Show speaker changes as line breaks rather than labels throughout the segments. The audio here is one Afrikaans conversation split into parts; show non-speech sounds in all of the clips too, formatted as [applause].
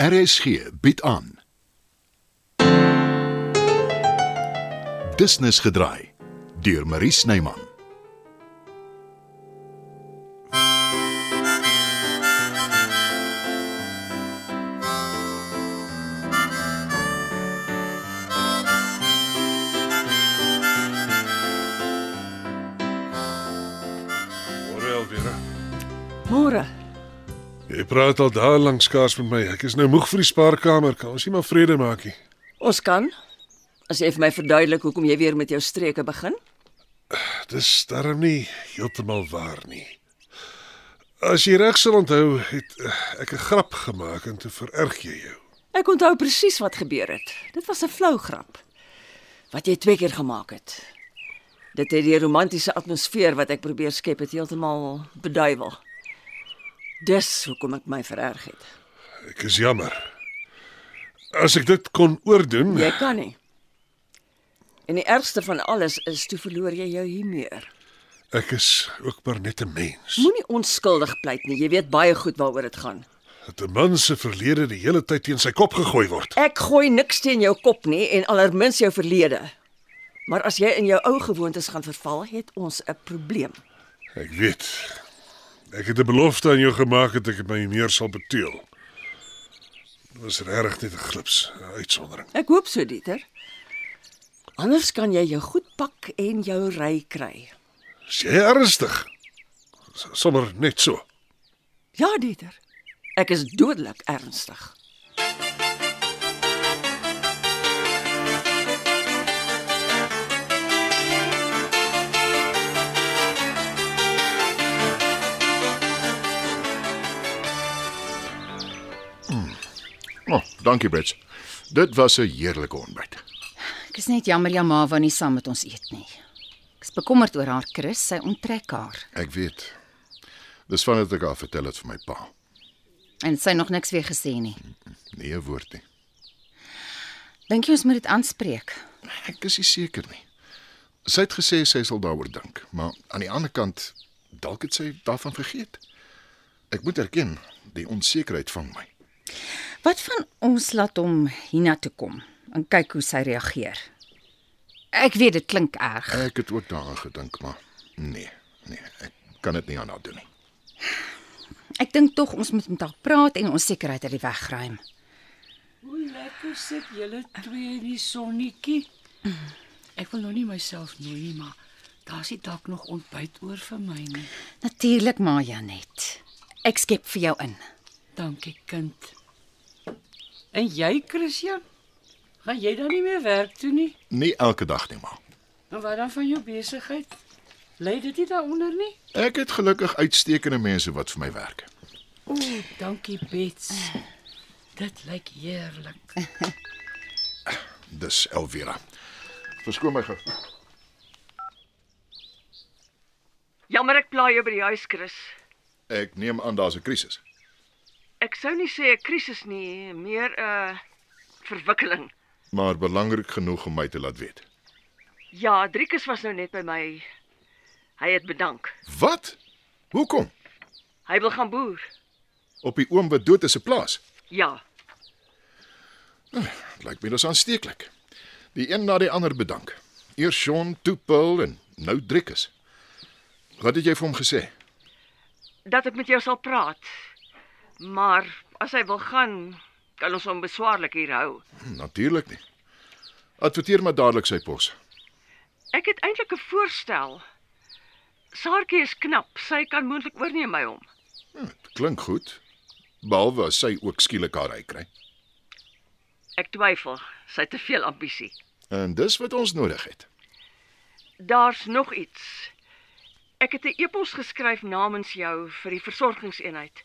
RSG bied aan. Business gedraai deur Marie Snyman.
Môre Elvira.
Môre.
Jy praat al daar lank skaars met my. Ek is nou moeg vir die spaarkamer. Kan ons nie maar vrede maak nie?
Ons kan as jy vir my verduidelik hoekom jy weer met jou streke begin?
Dis darm nie heeltemal waar nie. As jy reg sal onthou, het eh, ek 'n grap gemaak en toe vererg jy jou.
Ek onthou presies wat gebeur het. Dit was 'n flou grap wat jy twee keer gemaak het. Dit het die romantiese atmosfeer wat ek probeer skep het heeltemal beduiwel. Dis hoekom ek my vererg het.
Ek is jammer. As ek dit kon oordoen,
Jy kan nie. En die ergste van alles is toe verloor jy jou humeur.
ek is ook maar net 'n mens.
Moenie onskuldig pleit nie. Jy weet baie goed waaroor dit gaan.
Dat 'n man se verlede die hele tyd teen sy kop gegooi word.
Ek gooi niks teen jou kop nie en alermins jou verlede. Maar as jy in jou ou gewoontes gaan verval, het ons 'n probleem.
Ek weet. Ek het 'n belofte aan jou gemaak dat ek dit my meer sal beteel. Dit was regtig net 'n glips, 'n uitsondering.
Ek hoop so, Dieter. Anders kan jy jou goed pak en jou ry kry.
Is jy ernstig? S- Sommer net so.
Ja, Dieter. Ek is dodelik ernstig.
O, oh, dankie Brits. Dit was 'n heerlike ontbyt.
Ek is net jammer jou ma wou nie saam met ons eet nie. Ek is bekommerd oor haar Chris, sy onttrek haar
Ek weet. Dis van wat ek haar vertel het vir my pa.
en sy nog niks weer gesê nie.
Nee 'n woord nie.
Dink jy ons moet dit aanspreek?
Ek is nie seker nie. Sy het gesê sy sal daaroor dink, maar aan die ander kant dalk het sy daarvan vergeet. Ek moet erken, die onsekerheid vang my.
Wat van ons laat hom hiernatoe kom en kyk hoe sy reageer? Ek weet dit klink erg.
Ek het ook daaraan gedink, maar nee, nee, ek kan dit nie aan haar doen nie.
Ek dink tog ons moet met haar praat en ons sekerheid uit die weg ruim.
Hoe lekker sit julle twee in die sonnetjie. Ek wil nou nie myself nooi nie, maar daar's nie dalk nog ontbyt oor vir my nie.
Natuurlik, ma Janet. Ek skep vir jou in.
Dankie, kind. En jy, Christian? Gaan jy dan nie meer werk toe nie?
Nie elke dag nie, maar
En wat dan van jou besigheid? Lê dit nie daaronder nie?
ek het gelukkig uitstekende mense wat vir my werk.
O, dankie, Bets. Dit lyk heerlik.
Dis Elvira. Verskoon my gou.
Jammer ek pla jou by die huis, Chris.
Ek neem aan daar's 'n krisis.
Ek sou nie sê 'n krisis nie, meer 'n uh, verwikkeling.
Maar belangrik genoeg om my te laat weet.
Ja, Driekus was nou net by my. Hy het bedank.
Wat? Hoekom?
Hy wil gaan boer.
Op die oom wat dood is se plaas.
Ja,
Dit Lyk my dis aansteeklik. Die een na die ander bedank. Eers Sean, toe Paul en nou Driekus. Wat het jy vir hom gesê?
dat ek met jou sal praat. Maar as hy wil gaan, kan ons hom beswaarlik hier hou.
Hm, Natuurlik nie. Adverteer maar dadelik sy pos.
Ek het eintlik 'n voorstel. Saartjie is knap, sy kan moontlik oorneem by hom.
Hm, dit klink goed. Behalwe as sy ook skielik haar hy kry.
Ek twyfel, sy het te veel ambisie.
En dis wat ons nodig het.
Daar's nog iets. Ek het 'n e-pos geskryf namens jou vir die versorgingseenheid.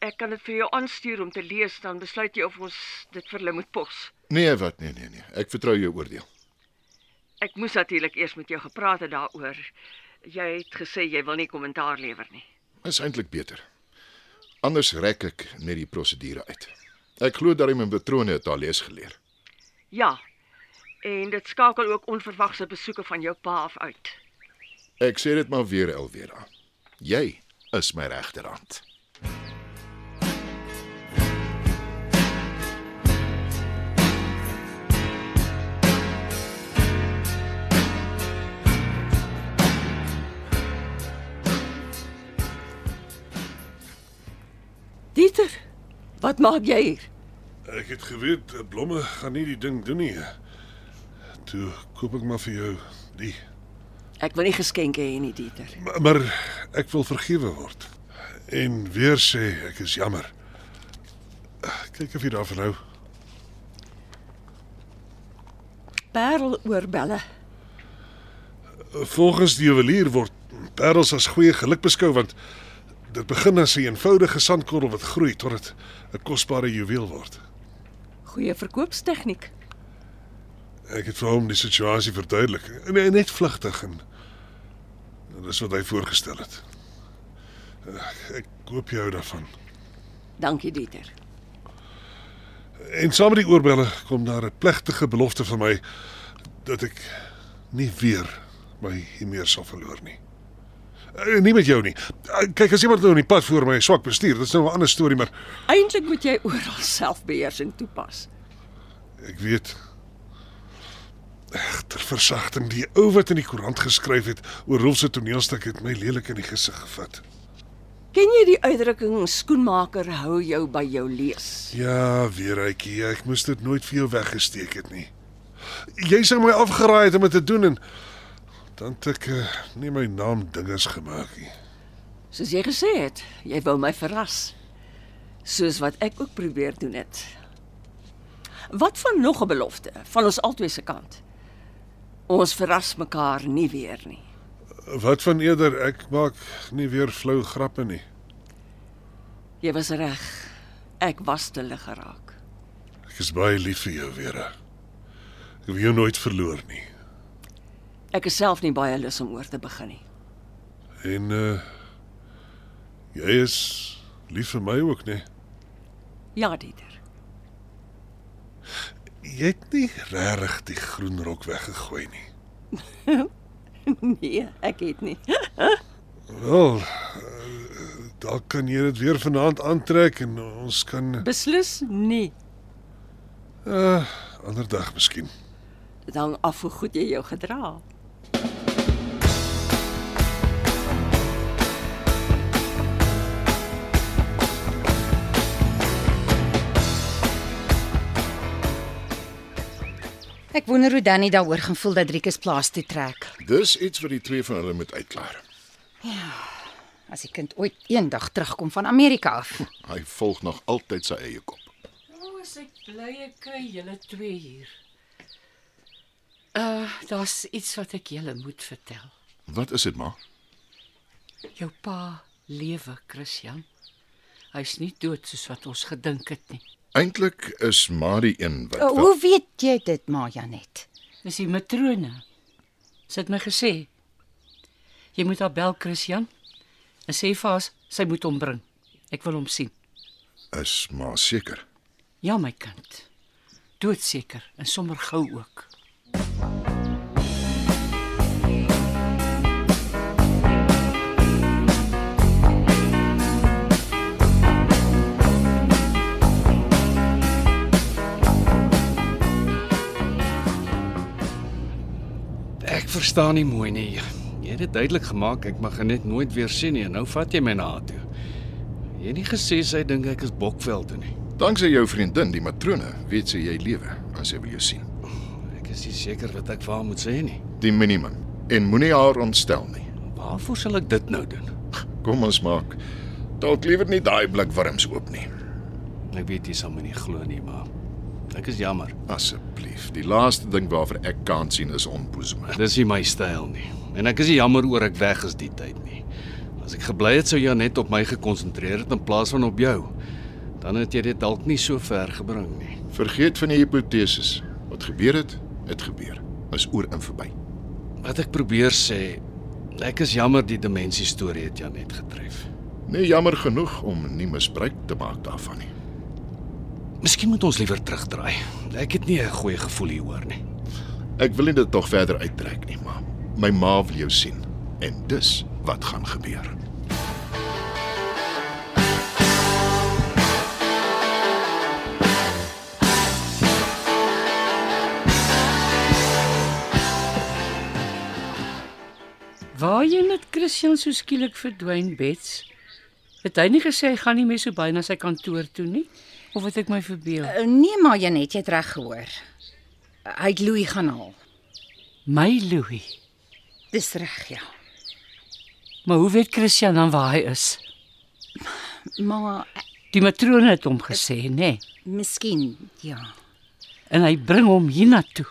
Ek kan dit vir jou aanstuur om te lees, dan besluit jy of ons dit vir hulle moet pos.
Nee, wat? Nee, nee, nee. Ek vertrou jou oordeel.
Ek moes natuurlik eers met jou gepraat het daaroor. Jy het gesê jy wil nie kommentaar lewer nie.
Is eintlik beter. Anders rek ek net die prosedure uit. Ek glo dat hy my patrone het al lees geleer.
Ja. En dit skakel ook onverwagse besoeke van jou pa af uit.
Ek sê dit maar weer Elwera. Jy is my regterhand.
Wat maak jy hier?
Ek het geweet eh, blomme gaan nie die ding doen nie. Toe koop ek maar vir jou die.
Ek wil nie geskenke hê nie, Dieter.
Maar, maar ek wil vergewe word. En weer sê ek is jammer. Kyk of jy daarvan hou.
Pareloorbelle.
Volgens die juwelier word parels as goeie geluk beskou want dit begin as 'n eenvoudige sandkorrel wat groei tot dit 'n kosbare juweel word.
Goeie verkoopstegniek.
Ek het vir hom die situasie verduidelik, en en net vlugtig en en dis wat hy voorgestel het. Eh, Ek, ek koop jou daarvan.
Dankie, Dieter.
En saam met die oorbelle kom daar 'n plegtige belofte van my dat ek nie weer my hiermeer sal verloor nie. Eh, Nie met jou nie. Eh, Kyk, as iemand nou in die pad voor my swak bestuur, dit is nou 'n ander storie, maar
Eintlik moet jy oral selfbeheersing toepas.
Ek weet. Egter versagting die ou wat in die koerant geskryf het oor Rolf se toneelstuk het my lelik in die gesig gevat.
Ken jy die uitdrukking skoenmaker hou jou by jou lees?
Ja, weeruitjie, ek moes dit nooit vir jou weggesteek het nie. Jy sê my afgeraai het om dit te doen en dan het ek eh, nie my naam dinges gemaak nie.
Soos jy gesê het, jy wou my verras. Soos wat ek ook probeer doen het. Wat van nog 'n belofte van ons albei se kant? Ons verras mekaar nie weer nie.
Wat van eerder ek maak nie weer flou grappe nie.
Jy was reg. Ek was te lig geraak.
Ek is baie lief vir jou, Vera. Ek wil jou nooit verloor nie.
Ek is self nie baie lus om oor te begin nie.
En uh jy is lief vir my ook, nee. né?
Ja, Dieter.
Jy het nie regtig die groen rok weggegooi nie.
[laughs] Nee, ek het nie.
Wel, uh, dalk kan jy dit weer vanaand aantrek en ons kan
[laughs] Beslis nie.
uh ander dag miskien.
Dit hang af hoe goed jy jou gedra.
Ek wonder hoe Danny daaroor gaan voel dat Rikus plaas toe trek.
Dis iets wat die twee van hulle moet uitklaar.
As die kind ooit eendag terugkom van Amerika af.
Hy volg nog altyd sy eie kop.
O, as Nou ek bly ek kry julle twee hier. Uh, daar's iets wat ek julle moet vertel.
Wat is dit, ma?
Jou pa lewe, Christian. Hy's nie dood soos wat ons gedink het nie.
Eintlik is ma die een wat
O,
wel-
Eh, Hoe weet jy dit, Ma Janet?
Dis die matrone. Sy het my gesê jy moet haar bel, Christian. En sê vir haar sy moet hom bring. Ek wil hom sien.
is ma seker.
Ja, my kind. Doodseker en sommer gou ook.
Ek verstaan nie mooi nie. Jy het dit duidelik gemaak ek mag haar net nooit weer sien nie en nou vat jy my na haar toe. Jy het nie gesê sy dink ek is Bokveld toe nie.
Danksy jou vriendin, die matrone, weet sy jy lewe as sy wil jou sien.
Ek is nie seker wat ek vir haar moet sê nie.
Die minimum. En moenie haar ontstel nie.
Waarvoor sal ek dit nou doen?
Kom ons maak. Dalk liewer nie daai blik wurms oop nie.
Ek weet jy sal my nie glo nie, maar ek is jammer.
Asseblief. Die laaste ding waarvoor ek kan sien is onboesme.
Dis nie my styl nie. En ek is nie jammer oor ek weg is die tyd nie. As ek gebly het sou jy net op my gekonsentreer het in plaas van op jou. Dan het jy dit dalk nie so ver gebring nie.
Vergeet van die hipoteses. Wat gebeur het, het gebeur. Is oor en verby.
Wat ek probeer sê, ek is jammer die demensie storie het jou net getref.
Nie Nee, jammer genoeg om nie misbruik te maak daarvan nie.
Miskien moet ons liewer terugdraai. Ek het nie 'n goeie gevoel hieroor nie.
Ek wil nie dit nog verder uittrek nie, maar my ma wil jou sien en dis wat gaan gebeur.
Waarheen het Christian so skielik verdwyn, Bets? Het hy nie gesê hy gaan nie meer so baie na sy kantoor toe nie? of het ek my verbeel?
Uh, Nee, maar Janet, jy het reg gehoor. Hy het Louis gaan haal.
My Louis.
Dis reg, ja.
Maar hoe weet Christian dan waar hy is?
Maar eh,
Die matrone het hom gesê, nê? Nee.
miskien, ja.
En hy bring hom hiernatoe.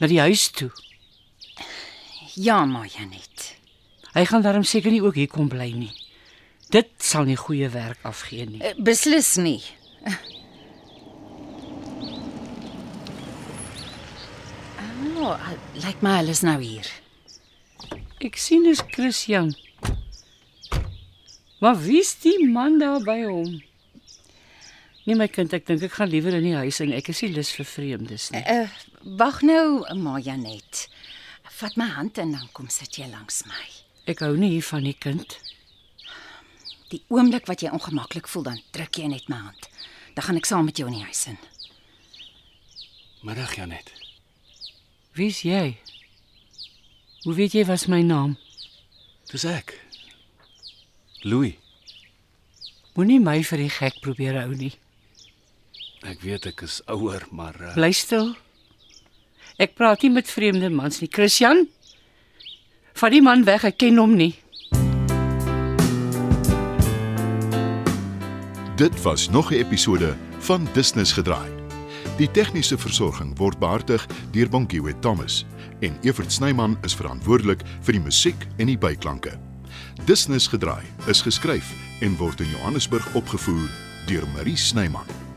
Na die huis toe.
Ja, maar Janet.
Hy gaan darm seker nie ook hier kom bly nie. Dit sal nie goeie werk afgee nie.
Eh, Beslis nie. [laughs] Nou, oh, lyk my hulle is nou hier.
Ek sien dis Christian. Maar wie's die man daar by hom? Nee my kind, ek dink ek gaan liewer in die huis en ek is nie lus vir vreemdes nie.
Uh, wag nou, maar Janet. Vat my hand en dan kom sit jy langs my.
Ek hou nie hiervan nie, kind.
Die oomblik wat jy ongemaklik voel, dan druk jy net my hand. Dan gaan ek saam met jou in die huis in.
Middag Janet.
Wie's jy? Hoe weet jy was my naam?
Dis ek. Louis.
Moenie my vir die gek probeer hou nie.
Ek weet ek is ouer, maar uh,
Bly stil. Ek praat nie met vreemde mans nie, Christian. Vat die man weg, ek ken hom nie.
Dit was nog 'n episode van Business gedraai. Die tegniese versorging word behartig deur Bonnie Witt Thomas en Evert Snyman is verantwoordelik vir die musiek en die byklanke. Business gedraai is geskryf en word in Johannesburg opgevoer deur Marie Snyman.